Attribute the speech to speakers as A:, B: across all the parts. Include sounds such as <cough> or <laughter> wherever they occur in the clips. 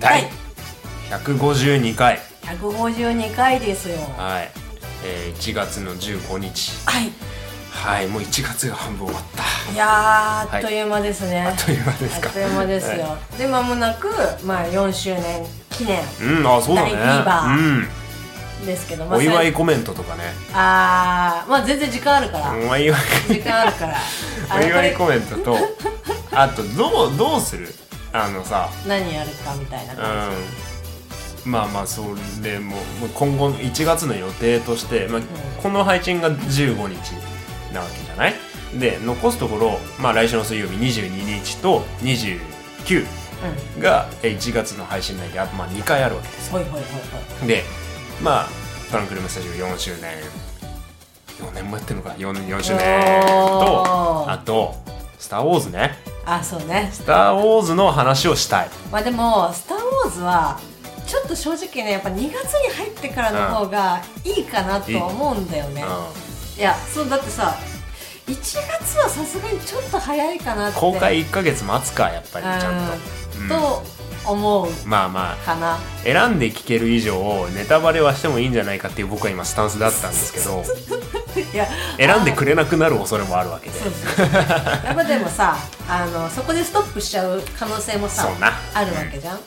A: 第152回
B: 152回ですよは
A: はい、えー、1月の15日
B: い
A: はいもう1月が半分終わった
B: いやー
A: は
B: あ
A: い
B: っという間です
A: <laughs>
B: ね、
A: あっという間ですか
B: あっという間ですよ、
A: は
B: で間もなくまあ4周年記念
A: いうんあそうだね
B: 第二話
A: うん
B: ですけど、まあ、
A: お祝い
B: それ
A: コメントとかね
B: あーまあ全然時間あるから、
A: お祝い
B: 時間ある <laughs> からあ
A: お
B: れこ
A: 祝
B: れ
A: いコメントとあとどうどうするあのさ
B: 何やるかみたいな感
A: うんまあまあそれももう今後の1月の予定として、まあこの配信が15日なわけじゃないで残すところ、まあ、来週の水曜日22日と29
B: じ、うん
A: がえ1月の配信内であとまあ2回あるわけです
B: ほいほいほいほい
A: でまあトランクルームスタジオ4周年4年もやってるのか 4, 4周年
B: お
A: と
B: ー
A: あと「スター・ウォーズ」ね
B: あそうね
A: 「スター・ウォーズ」の話をしたい
B: まあでも「スター・ウォーズ」はちょっと正直ねやっぱ2月に入ってからの方がいいかなとは思うんだよね、
A: う
B: いやそうだってさ1月はさすがにちょっと早いかなって
A: ん、公開1ヶ月待つかやっぱりちゃんと、
B: うん
A: うん
B: と思う
A: まあまあ
B: かな
A: 選んで聞ける以上ネタバレはしてもいいんじゃないかっていう僕は今スタンスだったんですけ
B: <laughs>
A: ど
B: いや
A: 選んでくれなくなる恐れもあるわけで
B: そうそうやっぱでもさあのそこでストップしちゃう可能性もさ
A: そうな
B: あるわけじゃん、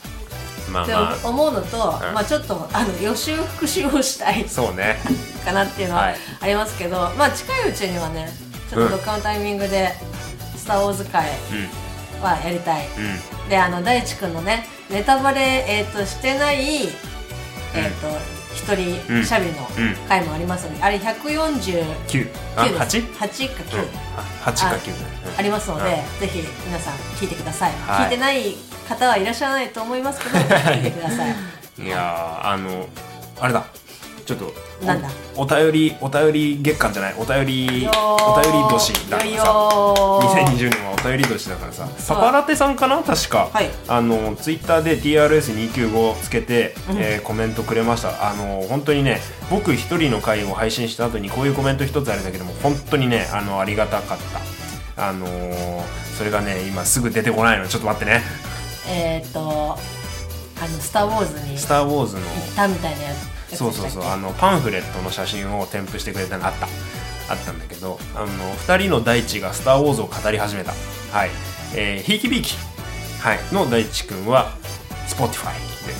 A: まあ
B: って
A: まあ
B: 思うのと、
A: ん
B: まあちょっとあの予習復習をしたい
A: そうね
B: かなっていうのは
A: はい
B: ありますけど、まあ近いうちにはねちょっとどっかのタイミングで「スター・ウォーズ」会
A: う
B: はやりた
A: ん
B: い、
A: うん
B: であの大地君のねネタバレ、えー、としてない、えー、と一人しゃべりの
A: うん
B: 回もありますので、あれ149
A: 9あ
B: です
A: 8?
B: 8か9、
A: うんあ8か9
B: ありますので、ぜひ皆さん聞いてください、聞いてない方はいらっしゃらないと思いますけど聞いてく
A: <laughs>
B: ださい
A: うんいやーあのあれだちょっとお
B: なんだ
A: お便りお便り月間じゃないお便りお便り年だからさ
B: さ
A: 2020年はお便り年だからさサ
B: う
A: パラテさんかな確か、
B: はい
A: あのツイッターで TRS295 つけて、
B: うん
A: えーコメントくれましたあの本当にね僕一人の回を配信した後にこういうコメント一つあるんだけども本当にねあのありがたかったあのーそれがね今すぐ出てこないのちょっと待ってね
B: えっ、とあの「スター・ウォーズ」
A: 「
B: に
A: ス
B: 行っ
A: ター・ウォーズの」
B: たみたいなやつでした
A: そ
B: っ
A: う
B: け
A: そうそうあのパンフレットの写真を添付してくれたのあったあったんだけどあの2人の大地が「スター・ウォーズ」を語り始めたはいえーひいきびいき、はい、の大地くんは Spotify で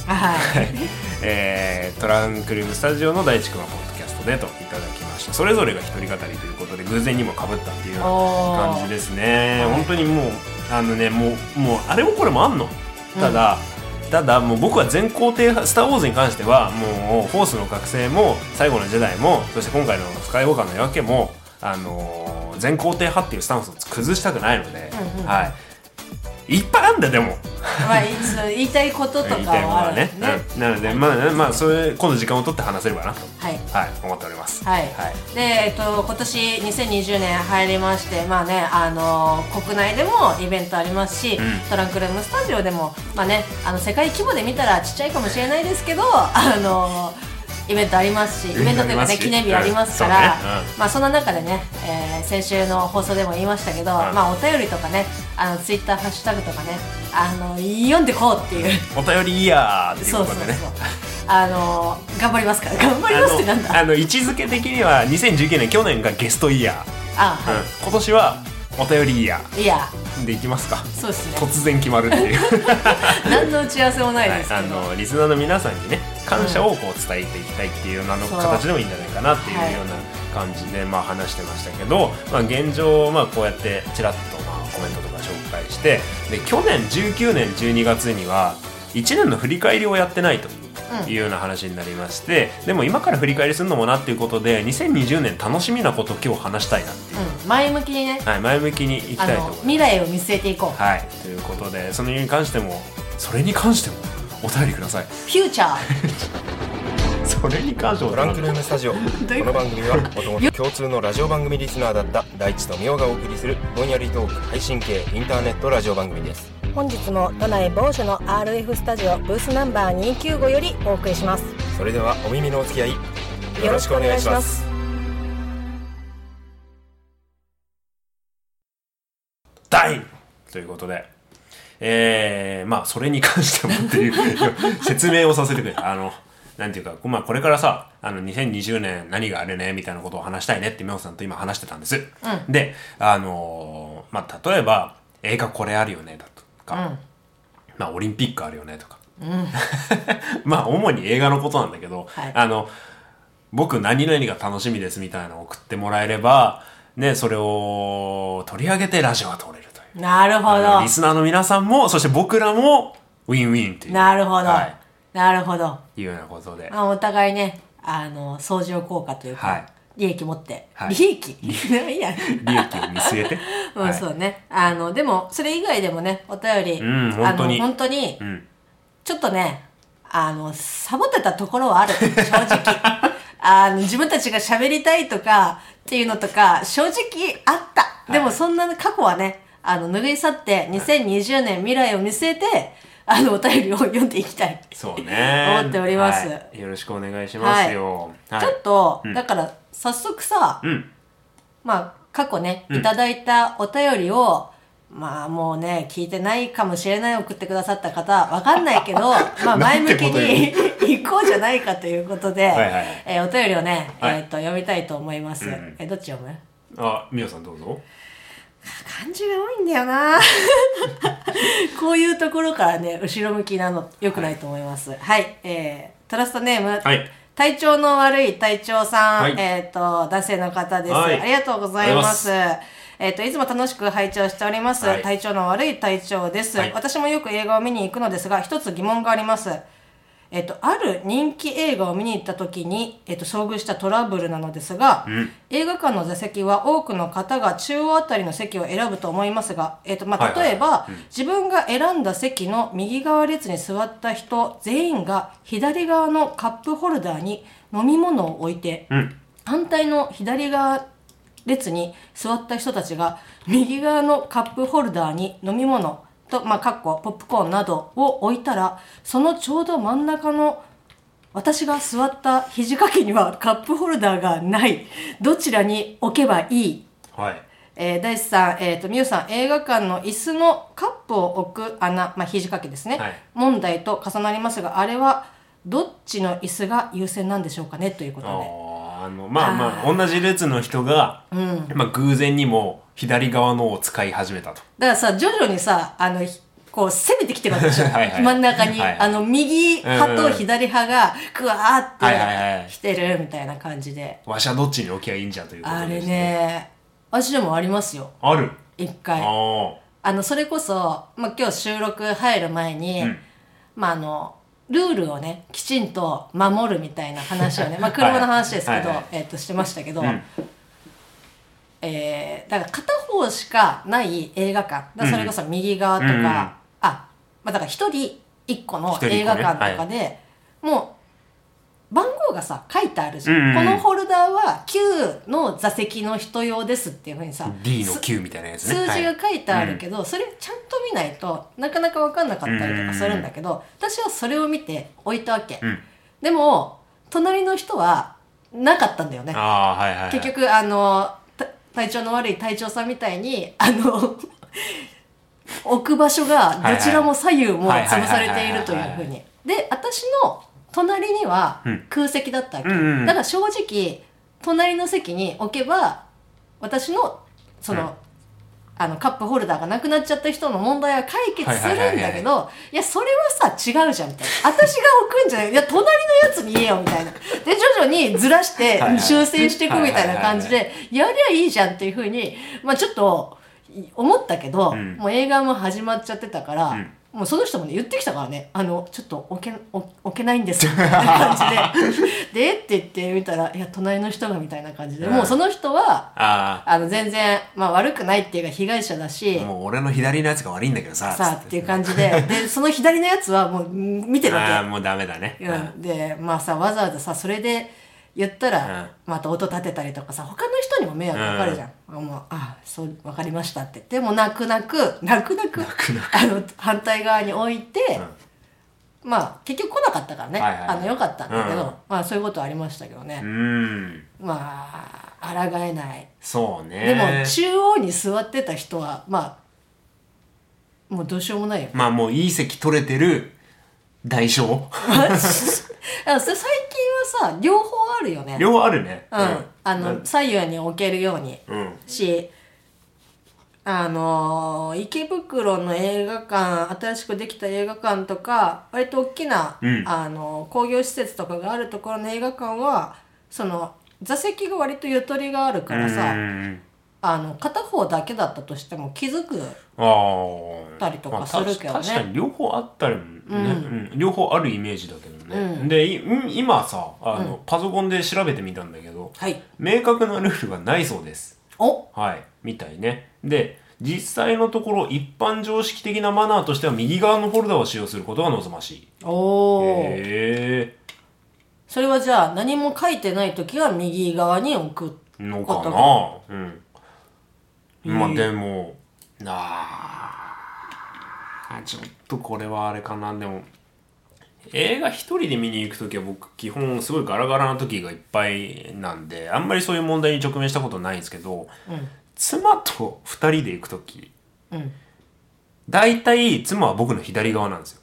B: あはい
A: <laughs> はいえートランクルームスタジオの大地君はポッドキャストでといただきましたそれぞれが一人語りということで偶然にもかぶったっていうような感じですね
B: おー
A: 本当にもうあのねもうもうあれもこれもあんのただ、ただもう僕は全肯定派「スター・ウォーズ」に関してはもう「フォースの覚醒」も「最後のジェダイも」そして今回の「スカイウォーカーの夜明けも」あのー全肯定派っていうスタンスを崩したくないので、
B: うんうん
A: はいいっぱいあんだよでも
B: まあ、いつ言いたいこととか
A: 言いたいもの
B: はあ
A: は
B: る
A: ね
B: ね。
A: うんなのでまあねまあそれ今度時間を取って話せればなと
B: はい。
A: はい思っております
B: はい。
A: はい
B: で、えっと、今年2020年入りまして、まあね、あの国内でもイベントありますし、
A: ん
B: トランクルームスタジオでも、まあね、あの、世界規模で見たらちっちゃいかもしれないですけど、 <laughs> あのイベントありますし、イベントという
A: あり
B: か
A: ます
B: ね、
A: し
B: 記念日ありますか
A: うん
B: ら
A: そうね、
B: まあそんな中でね、えー先週の放送でも言いましたけど、まあお便りとかね、あの、ツイッターハッシュタグとかね、あの読んでこうっていう。
A: お便りイヤーっていう
B: そ
A: こ
B: うそ
A: と
B: う
A: で
B: そう
A: ね。
B: あのー、頑張りますから。頑張りますってなんだ。
A: あの位置づけ的には2019年去年がゲストイヤ
B: あ、
A: ー、うん
B: は
A: 今年はお便りイヤ
B: い。いや、
A: ーでいきますか
B: そうですね。
A: 突然決まるっていう、
B: 何の打ち合わせもない
A: は
B: で
A: い
B: すけ
A: あ
B: ど。
A: のリスナーの皆さんにね感謝をこう伝えていきたいっていうようなあの
B: そう
A: 形でもいいんじゃないかなっていう
B: はい
A: ような感じで、まあ、話してましたけど、まあ、現状、まあ、こうやってちらっとまあコメントとか紹介してで去年19年12月には1年の振り返りをやってないと。
B: う
A: い
B: ん
A: うような話になりましてでも今から振り返りするのもなっていうことで2020年楽しみなことを今日話したいなっていう、
B: うん、前向きにね、
A: はい、前向きにいき
B: あ
A: たいと思い
B: の
A: ます
B: 未来を見据えていこう。
A: はい、ということでそのに関してもそれに関してもお便りください
B: フューチャー。
A: それに関しても
C: トランクルームスタジオ
B: い
C: こ
B: うこと
C: の番組はもともと共通のラジオ番組リスナーだった大地とみおがお送りするぼんやりトーク配信系インターネットラジオ番組です
D: 本日も都内某所の RF スタジオブースナンバー295よりお送りします
C: それではお耳のお付き合いよろしくお願いします
A: 第ということでえー、まあ、それに関してもっていう説明をさせてくれ。あの、なんていうか、まあ、これからさ、あの、2020年何があるね、みたいなことを話したいねって、みほさんと今話してたんです。で、あのーまあ、例えば、映画これあるよね、だとか、まあ、オリンピックあるよね、とか。 <laughs> まあ、主に映画のことなんだけど、
B: はい
A: あの、僕何々が楽しみですみたいなのを送ってもらえれば、ね、それを取り上げてラジオが通れるという。
B: なるほ
A: あの
B: ど
A: リ。スナーの皆さんも、そして僕らも、ウィンウィンっていう。
B: なるほど
A: は。
B: なるほど。
A: い。いうようなことで。
B: まあ、お互いね、あの、相乗効果という
A: は
B: か
A: い、
B: 利益持って
A: は。い
B: 利益 <laughs> いや。
A: 利益を見据えて。
B: <laughs> ま
A: は
B: あ
A: い
B: そうね。あの、でも、それ以外でもね、お便り、
A: うん本当に
B: あの、本当に
A: う、ん。
B: ちょっとね、あの、サボってたところはある、正直。 <laughs> あの、自分たちが喋りたいとか、っていうのとか、正直あった。でもそんな過去はね、あの、拭い去って、2020年未来を見据えて、あの、お便りを読んでいきたい。
A: そうね。
B: 思っております
A: はいよろしくお願いしますよ。はい。
B: ちょっと、
A: うん
B: だから、早速さ、
A: うん。
B: まあ、過去ね、
A: うん
B: いただいたお便りを、まあもうね、聞いてないかもしれない送ってくださった方、わかんな
A: <laughs>
B: いけど、まあ前向きに <laughs> 行こうじゃないかということで、
A: はいはい
B: えーお便りをね、
A: はい
B: えっ、と、読みたいと思います。
A: うんうん
B: えーどっち読む
A: あ、みおさんどうぞ。
B: 漢字が多いんだよな <laughs> こういうところからね、後ろ向きなの、良くないと思います。はい、えー、トラストネーム、
A: はい。
B: 体調の悪い隊長さん、
A: はい
B: えっ、と、男性の方です、
A: はい
B: ありがとうございます。
A: あ
B: えっ、と、いつも楽しく拝聴しております。
A: はい
B: 体調の悪い隊長です、
A: はい
B: 私もよく映画を見に行くのですが、一つ疑問があります。えっ、と、ある人気映画を見に行った時に、えっ、と、遭遇したトラブルなのですが、
A: ん
B: 映画館の座席は多くの方が中央あたりの席を選ぶと思いますが、えっ、と、ま
A: は
B: あ、
A: いはい
B: 例えば、自分が選んだ席の右側列に座った人全員が左側のカップホルダーに飲み物を置いて、
A: うん。
B: 反対の左側列に座った人たちが右側のカップホルダーに飲み物と、まあ、かっこポップコーンなどを置いたらそのちょうど真ん中の私が座った肘掛けにはカップホルダーがないどちらに置けばいい
A: はい。
B: えー、大地さん、えー、と美優さん映画館の椅子のカップを置く穴、まあ、肘掛けですね、
A: はい
B: 問題と重なりますがあれはどっちの椅子が優先なんでしょうかねということで
A: あーあの、まあ
B: あ
A: まあ、同じ列の人が、まあ、偶然にも左側のを使い始めたと。
B: だからさ徐々にさあのひこう攻めてきてるわけでしょ
A: はい
B: <laughs>
A: はい
B: 真ん中に、
A: はいはい
B: あの右派
A: うんう
B: と
A: ん
B: 左派がグワーって、
A: はいはいはい
B: 来てるみたいな感じで
A: わしはどっちに置きゃいいんじゃということで
B: あれ
A: して。
B: ね私でもありますよ
A: ある。
B: 一回
A: あ
B: あの、それこそ、まあ、今日収録入る前に、
A: うん
B: まあ、あの、ルールをね、きちんと守るみたいな話をね、まあ、車の話ですけど、
A: はいはい
B: えっ、と、してましたけど、
A: うん
B: えーだから片方しかない映画館、だからそれこそ右側とか、
A: うんうん
B: あ、まあ、だから一人一個の
A: 一人一個ね
B: 映画館とかで、もう、番号がさ、書いてあるじゃん。
A: うんうん
B: このホルダーは9の座席の人用ですっていうふうにさ
A: あ。、D の9みたいなやつね。
B: 数字
A: は
B: が
A: い
B: 書いてあるけど、それちゃんと見ないとなかなか分かんなかったりとかするんだけど私はそれを見て置いたわけ、
A: うん
B: でも隣の人はなかったんだよね
A: ああ、はいはいはい。
B: 結局あのた体調の悪い隊長さんみたいにあの <laughs> 置く場所がどちらも左右も
A: はいはい
B: 潰されているというふうにで私の隣には
A: うん
B: 空席だったわけ、
A: うんうん
B: だから正直隣の席に置けば私のその、
A: うん
B: あのカップホルダーがなくなっちゃった人の問題は解決するん
A: はいはいはい
B: だ
A: は
B: け
A: い
B: どいやそれはさ違うじゃんみたいな私が置くんじゃないいや隣のやつに言えよみたいなで徐々にずらして
A: はいはい
B: 修正していくみたいな感じ
A: は
B: でやりゃいいじゃんっていうふうにまあちょっと思ったけど、
A: うん
B: もう映画も始まっちゃってたから、
A: うん
B: もうその人もね言ってきたからね「あのちょっと置け置置けないんです」みたいな感じで
A: <laughs>
B: 「で?」って言ってみたら「いや隣の人が」みたいな感じで、
A: うん
B: もうその人は
A: あ
B: あの全然、まあ、悪くないっていうか被害者だし
A: あ、。もう俺の左のやつが悪いんだけどさ。
B: さあっていう感じで、で、その左のやつはもう見てるわけ。
A: ああ、もうダメだね。
B: うん、でまあさわざわざさそれで言ったら、
A: うん
B: また音立てたりとかさ他の人にも迷惑かかるじゃん、もうあそう分かりましたって言ってもう泣く泣く泣く泣くあの反対側に置いて、まあ結局来なかったからね、
A: はいはいはい
B: あのよかったんだけど、
A: うん
B: まあそういうことはありましたけどね、
A: うん。
B: まあ抗えない
A: そうね。
B: でも中央に座ってた人はまあもうどうしようもないよ
A: まあもういい席取れてる代償
B: あそれ最近はさ両方あるよね
A: <laughs> 両方あるね
B: うん、あの左右に置けるように
A: うん
B: しあのー池袋の映画館新しくできた映画館とか割と大きな、
A: うん
B: あのー工業施設とかがあるところの映画館はその座席が割とゆとりがあるからさ、
A: うん
B: あの片方だけだったとしても気づく
A: あー
B: たりとか
A: まあ
B: するけどね
A: た確かに両方あったりもね、うん両方あるイメージだけどね、でいうん今さあの、パソコンで調べてみたんだけど、
B: はい
A: 明確なルールがないそうです
B: お
A: はいみたいねで実際のところ一般常識的なマナーとしては右側のフォルダを使用することが望ましい
B: おー
A: へ
B: それはじゃあ何も書いてない時は右側に置く
A: えの
B: こ
A: か
B: と
A: なうんまあでもなあちょっとこれはあれかなでも映画一人で見に行く時は僕基本すごいガラガラな時がいっぱいなんであんまりそういう問題に直面したことないんですけど、妻と二人で行く時
B: うん
A: 大体妻は僕の左側なんですよ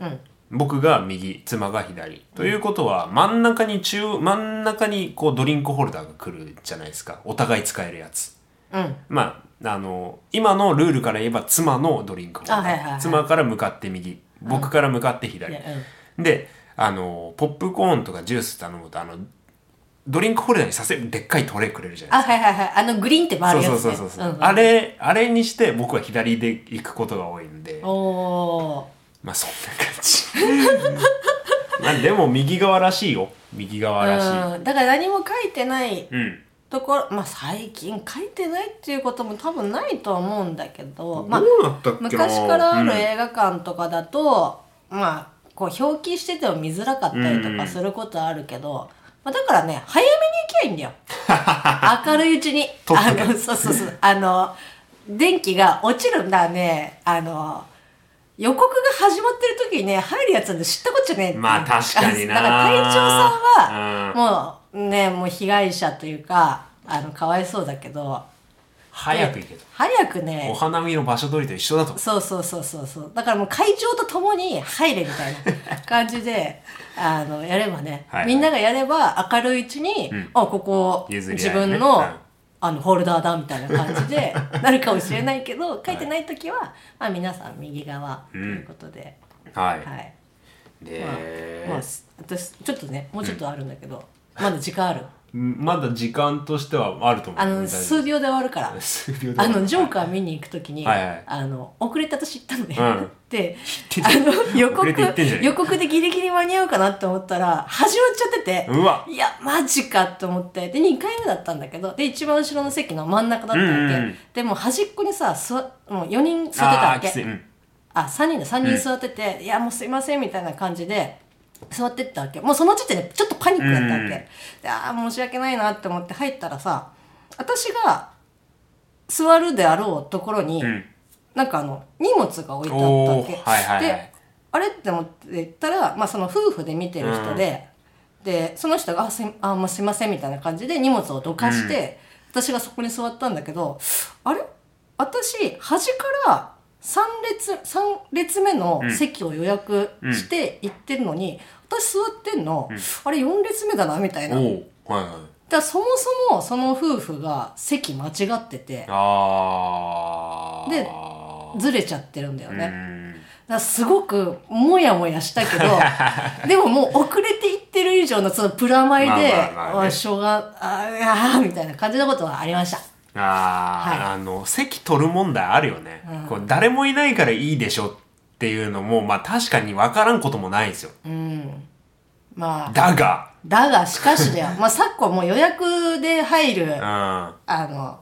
B: うん
A: 僕が右妻が左ということは真ん中に中真ん中にこうドリンクホルダーが来るじゃないですかお互い使えるやつ
B: うん
A: まああの今のルールから言えば妻のドリンクホルダー、
B: あはいはいはい
A: 妻から向かって右僕から向かって左、
B: いやうん
A: であのポップコーンとかジュース頼むとあのドリンクホルダーにさせるでっかいトレーくれるじゃないですか
B: あはいはいはいあのグリーンって回るやつ、
A: そ
B: ね、
A: うそうそうそう、
B: んん
A: あれあれにして僕は左で行くことが多いんで
B: おー
A: まあそんな感じまあでも右側らしいよ右側らしい
B: うん、だから何も書いてない
A: うん、
B: ところまあ最近書いてないっていうことも多分ないとは思うんだけど、まあ
A: ど、うなったっけな
B: 昔からある
A: うん
B: 映画館とかだと、まあこう表記してても見づらかったりと
A: うん
B: かすることあるけど、まあ、だからね早めに行きゃいいん
A: <laughs>
B: だよ明るいうちに
A: 撮っと
B: あ
A: け
B: のそうそうそうあの電気が落ちるんだねあの予告が始まってる時にね入るやつなんて知ったこっちゃねえっていう
A: まあ確かにな
B: だから隊長さん
A: うん
B: はもうねもう被害者というかあのかわいそうだけど
A: 早く行けと
B: 早く
A: お
B: ね
A: 花見の場所取りと一緒だと
B: そうそうそうそうそうだからもう会場とともに入れみたい
A: <laughs>
B: な感じであのやればね、
A: はい
B: みんながやれば明るいうちに、あここ
A: 譲り合いね
B: 自分の、
A: うん
B: あのホルダーだみたいな感じ
A: <laughs>
B: でなるかもしれないけど書いてない時は、まあ、皆さん右側ということで、
A: はい、
B: はい、
A: で、
B: まあ、私ちょっとねもうちょっとあるんだけど、まだ時間ある
A: まだ時間としてはあると思う
B: あの数秒で終わるから
A: 数秒で
B: あのジョーカー見に行くときに、
A: はいはい
B: あの遅れたと知ったのね、
A: うん
B: で
A: 知って
B: あ
A: た
B: の予
A: 遅
B: 告
A: れて行ってんじゃねえか
B: 予告でギリギリ間に合うかなって思ったら始まっちゃってて
A: うわ
B: いやマジかと思ってで2回目だったんだけどで一番後ろの席の真ん中だったわけ、
A: うんうんうん
B: でもう端っこにさ座もう4人座ってた
A: あ
B: わ
A: ーきつ
B: け
A: い、うん、
B: あ三3人で3人座ってて、いやもうすいませんみたいな感じで座ってったわけもうその時点でちょっとパニックだったわけ、
A: うん
B: でああ申し訳ないなって思って入ったらさ私が座るであろうところに、
A: ん
B: なんかあの荷物が置いてあったわけ、
A: おーはいはいはい
B: であれって思って言ったら、まあ、その夫婦で見てる人で、でその人が「あすいあもうすいません」みたいな感じで荷物をどかして、私がそこに座ったんだけどあれ私端から3列三列目の席を予約して行ってるのに、私座ってんの、あれ4列目だなみたいな。だか
A: おおはいはい
B: らそもそもその夫婦が席間違ってて
A: あー
B: でずれちゃってるんだよね。
A: うん
B: だからすごくもやもやした
A: <laughs>
B: けどでももう遅れていってる以上のそのプラマイで
A: まあまあまあね
B: あしょうがあーあーみたいな感じのことはありました
A: あー、
B: はい
A: あの席取る問題あるよね、こう誰もいないからいいでしょっていうのもまあ確かに分からんこともないんですよ、
B: まあ
A: だが
B: だがし
A: <laughs>
B: かしだよ、まあ、昨今もう予約で入る
A: う
B: あの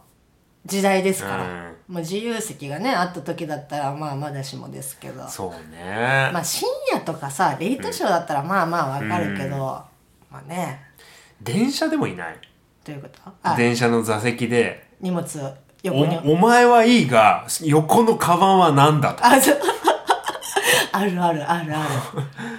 B: 時代ですから
A: うん、
B: もう自由席がねあった時だったらまあまだしもですけど
A: んそうね、
B: まあ深夜とかさレイトショーだったらまあまあわかるけど、まあね
A: 電車でもいない
B: どういうことあ
A: 電車の座席で
B: 荷物横に
A: おお前はいいが横のカバンは何だと
B: あ、そう。 <laughs> あるあるあるある。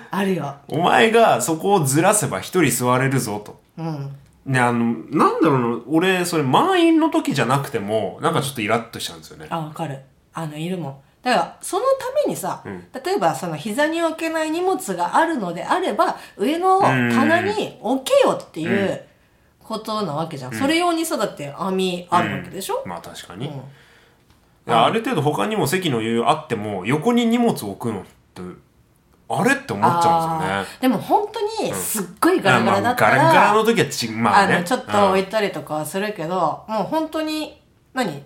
B: あるよ。
A: お前がそこをずらせば一人座れるぞと
B: うん。
A: ねあのなんだろうな俺それ満員の時じゃなくてもなんかちょっとイラッとしちゃうんですよね
B: あ、わかる。あの、いるもん。だからそのためにさ、例えばその膝に置けない荷物があるのであれば上の棚に置けよっていうことなわけじゃん、それ用にさだって網あるわけでしょ、
A: まあ確かに、いやある程度他にも席の余裕あっても横に荷物置くのってあれって思っちゃうんですよ
B: あ
A: ね
B: ーでも本当にすっごいガラガラだった
A: まあ
B: ら、
A: まあガラガラの時はちまあ
B: あ
A: ね
B: のちょっと置いたりとかはするけど、もう本当に何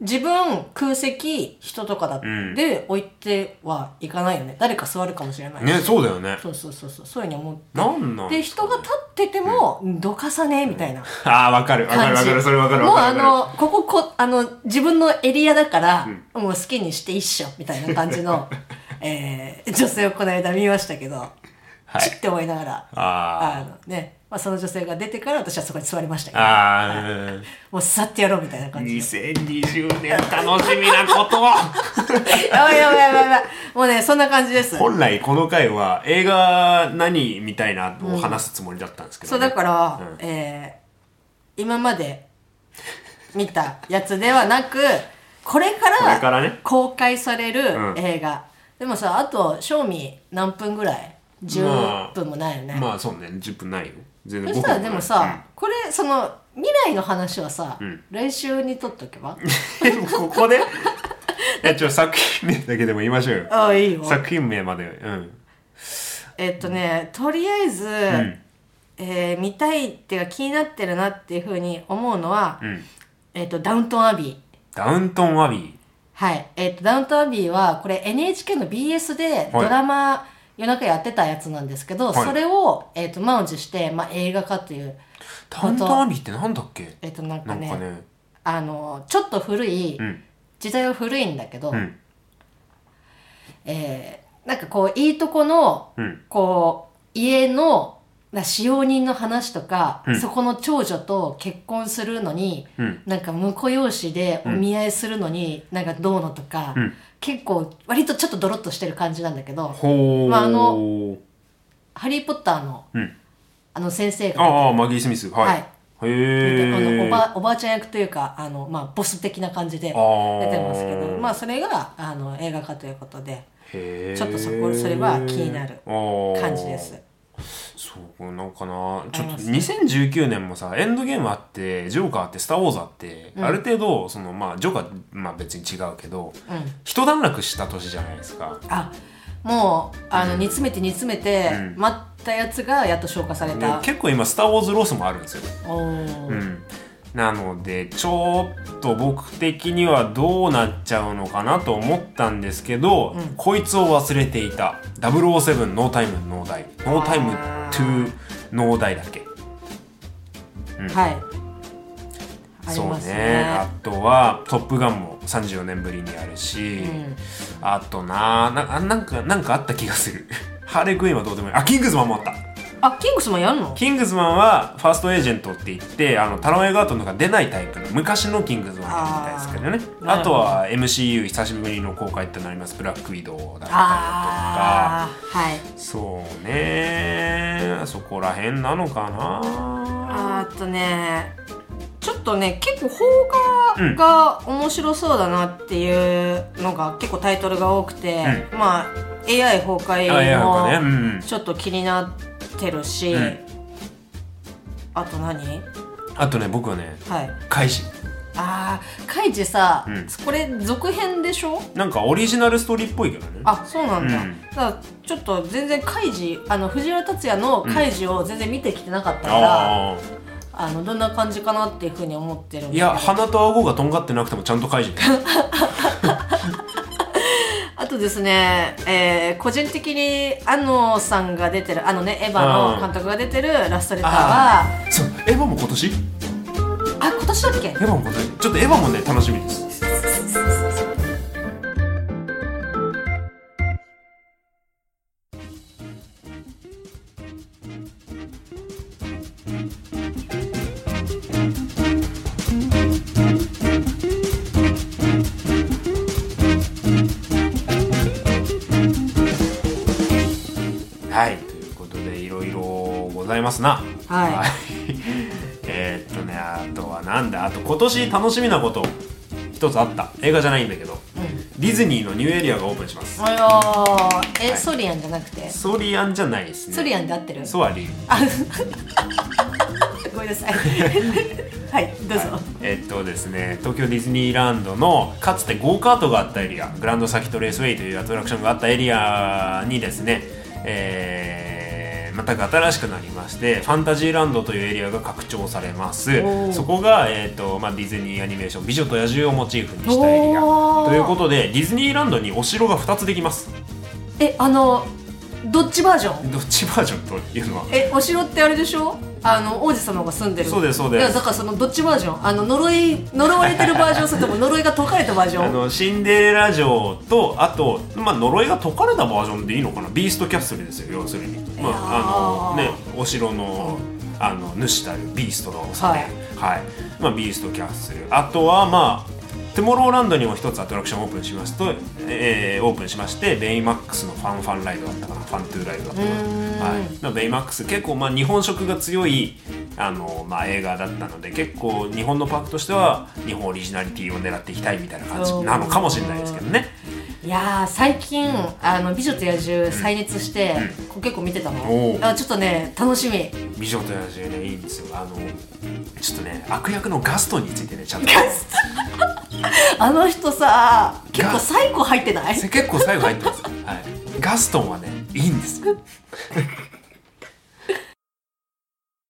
B: 自分空席人とかだって、
A: ん
B: で置いてはいかないよね誰か座るかもしれないし
A: ねそうだよね
B: そうそうそうそうそういうふうに思って
A: なんなん
B: で
A: ですか
B: 人が立っててもどかさねえみたいな
A: ああわかるわかる
B: 感
A: わ
B: じ
A: かるそれわかる
B: もう
A: わか
B: あ
A: るわかる
B: のこここあの自分のエリアだから、もう好きにして一緒みたいな感
A: <laughs>
B: じの、えー女性をこの間見ましたけど、
A: はい
B: チッて思いながら
A: あ
B: あの、ねまあ、その女性が出てから私はそこに座りましたけ
A: あ
B: ど
A: あーうん
B: もう去ってやろうみたいな感じ。
A: 2020年楽しみなこと <laughs> を
B: やばいやばいやばいやばい。もうね、そんな感じです。
A: 本来この回は映画何みたいなのを話すつもりだったんですけ
B: そ
A: どね、
B: うだから、えー今まで見たやつではなく、これか
A: これから
B: ら
A: ね
B: 公開される
A: ん
B: 映画。でもさ、あと、賞味何分ぐらい
A: まあ
B: ?10 分もないよね。
A: まあそうね10分ないよ全然5
B: そ
A: 分
B: したら
A: もな
B: で
A: い
B: もさ、これ、その、未来の話はさ、来週にとっとけば <laughs>
A: でもここで <laughs> いやちょ作品名だけでも言いましょうよ
B: ああ、いいよ。
A: 作品名までうん
B: えっとねとりあえず、えー見たいっていうか気になってるなっていうふうに思うのは、えっとダウントンアビー
A: ダウントンアビー
B: はいえっとダウントンアビーはこれ NHK の BS でドラマ、夜中やってたやつなんですけど、
A: い
B: それを、えっと満を持して、まあ、映画化という
A: ダウントンアビーってなんだっけ
B: えっとなんか
A: なん
B: ね
A: かね
B: あのちょっと古い、
A: ん
B: 時代は古いんだけど、
A: ん
B: えーなんかこういいとこの、
A: ん
B: こう家のな使用人の話とか、そこの長女と結婚するのに、なんか婿養子でお見合いするのに、なんかどうのとか、結構割とちょっとドロッとしてる感じなんだけど「
A: ほー、
B: まああのハリー・ポッターの」
A: うん
B: あの先生が
A: ああマギー・スミスはい、
B: はい
A: へ
B: あの
A: え
B: おばおばあちゃん役というかあの、まあ、ボス的な感じで出て
A: ー
B: ますけどまあ、それがあの映画化ということで
A: へー
B: ちょっとそこそれは気になる感じです。
A: そうなんかなちょっと
B: あります
A: 2019年もさエンドゲームあってジョーカーあってスター・ウォーズあって、ある程度そのまあジョーカー、まあ、別に違うけど、一段落した年じゃないですか
B: あもうあの煮詰めて煮詰めて、待ったやつがやっと消化され
A: で
B: た、
A: 結構今「スター・ウォーズ」ロスもあるんですよ、
B: おー
A: うん、なのでちょっと僕的にはどうなっちゃうのかなと思ったんですけど、こいつを忘れていた007ノータイムノーダイノータイム2ノーダイだっけ
B: はいあり
A: そう
B: ま
A: ね
B: すね
A: あとは「トップガン」も34年ぶりにあるし、あとななあなんかなんかあった気がする <laughs> ハーレークイーンはどうでもいいあキングズマンもあった
B: あキングスマンやるの
A: キングズマンはファーストエージェントって言ってあのタロン・エガートンとか出ないタイプの昔のキングズマンみたいですけどね
B: あー
A: あとは MCU 久しぶりの公開ってなりますブラックウィドウだったりとか
B: ああはい
A: そうねそこら辺なのかな
B: あとねちょっとね結構邦画が面白そうだなっていうのが結構タイトルが多くて、まあ AI 崩
A: あいやなんかね
B: 壊
A: う
B: も
A: ん
B: ちょっと気になってるし、
A: ん
B: あと何
A: あとね僕はね
B: はい
A: 開始
B: あーカイジさ、
A: ん
B: これ続編でしょ
A: なんかオリジナルストーリーっぽいけどね
B: あそうなんだ、
A: うん
B: だからちょっと全然カイジあの藤原竜也のカイジを全然見てきてなかったから、
A: あ
B: あのどんな感じかなっていうふうに思ってるんだけ
A: ー
B: ど
A: いや鼻と顎がとんがってなくてもちゃんと開
B: <laughs>
A: 示
B: あとですね、えー個人的に安野さんが出てるあのねエヴァの監督が出てるラストレターは
A: そうエヴァも今年エ
B: あ今年だっけ
A: ヴァも今年ちょっとエヴァもね楽しみですはい、ということでいろいろござい <laughs> ますな。
B: はい
A: えーっとね、あとはなんだ、あと今年楽しみなこと一つあった。映画じゃないんだけど、ディズニーのニューエリアがオープンします
B: およーえ、
A: はい
B: ソリアンじゃなくて
A: ソリアンじゃないですね
B: ソリアンで合ってる
A: ソアリン
B: ごめんなさい <laughs> はいどうぞ、
A: えっとですね東京ディズニーランドのかつてゴーカートがあったエリアグランドサキットレースウェイというアトラクションがあったエリアにですね、えー全く新しくなりましてファンタジーランドというエリアが拡張されます
B: おー
A: そこが、えーとまあ、ディズニーアニメーション「美女と野獣」をモチーフにしたエリア
B: おー
A: ということでディズニーランドにお城が2つできます
B: えあのどっちバージョン
A: どっちバージョンというのは
B: えお城ってあれでしょあの王子様が住んでる
A: そうですそうです
B: いやだからそのどっちバージョンあの呪い呪われてるバージョンそれとも呪いが解かれた
A: <laughs>
B: バージ
A: あ
B: ョン
A: のシンデレラ城とあと、まあ、呪いが解かれたバージョンでいいのかなビーストキャッスルですよ要するに、まああの
B: いや
A: ね、お城のあの主たるビーストの王様
B: は
A: で、
B: い
A: はいまあ、ビーストキャッスルあとはまあトゥモローランドにも一つアトラクションオープンしますと、えーオープンしましてベイマックスのファンファンライドだったかなファントゥーライドだったかな、はいまあ、ベイマックス結構まあ日本色が強いあの、まあ、映画だったので結構日本のパークとしては日本オリジナリティを狙っていきたいみたいな感じなのかもしれないですけどね
B: いやー最近「あの美女と野獣」再熱して、こう結構見てた
A: お
B: の
A: ー
B: あちょっとね楽しみ
A: 「美女と野獣」ねいいんですよあのちょっとね悪役のガストンについてねちゃんと
B: あの人さ結構
A: が
B: サイコ入ってない
A: 結構最後入ってます、はい、ガストンはねいいんです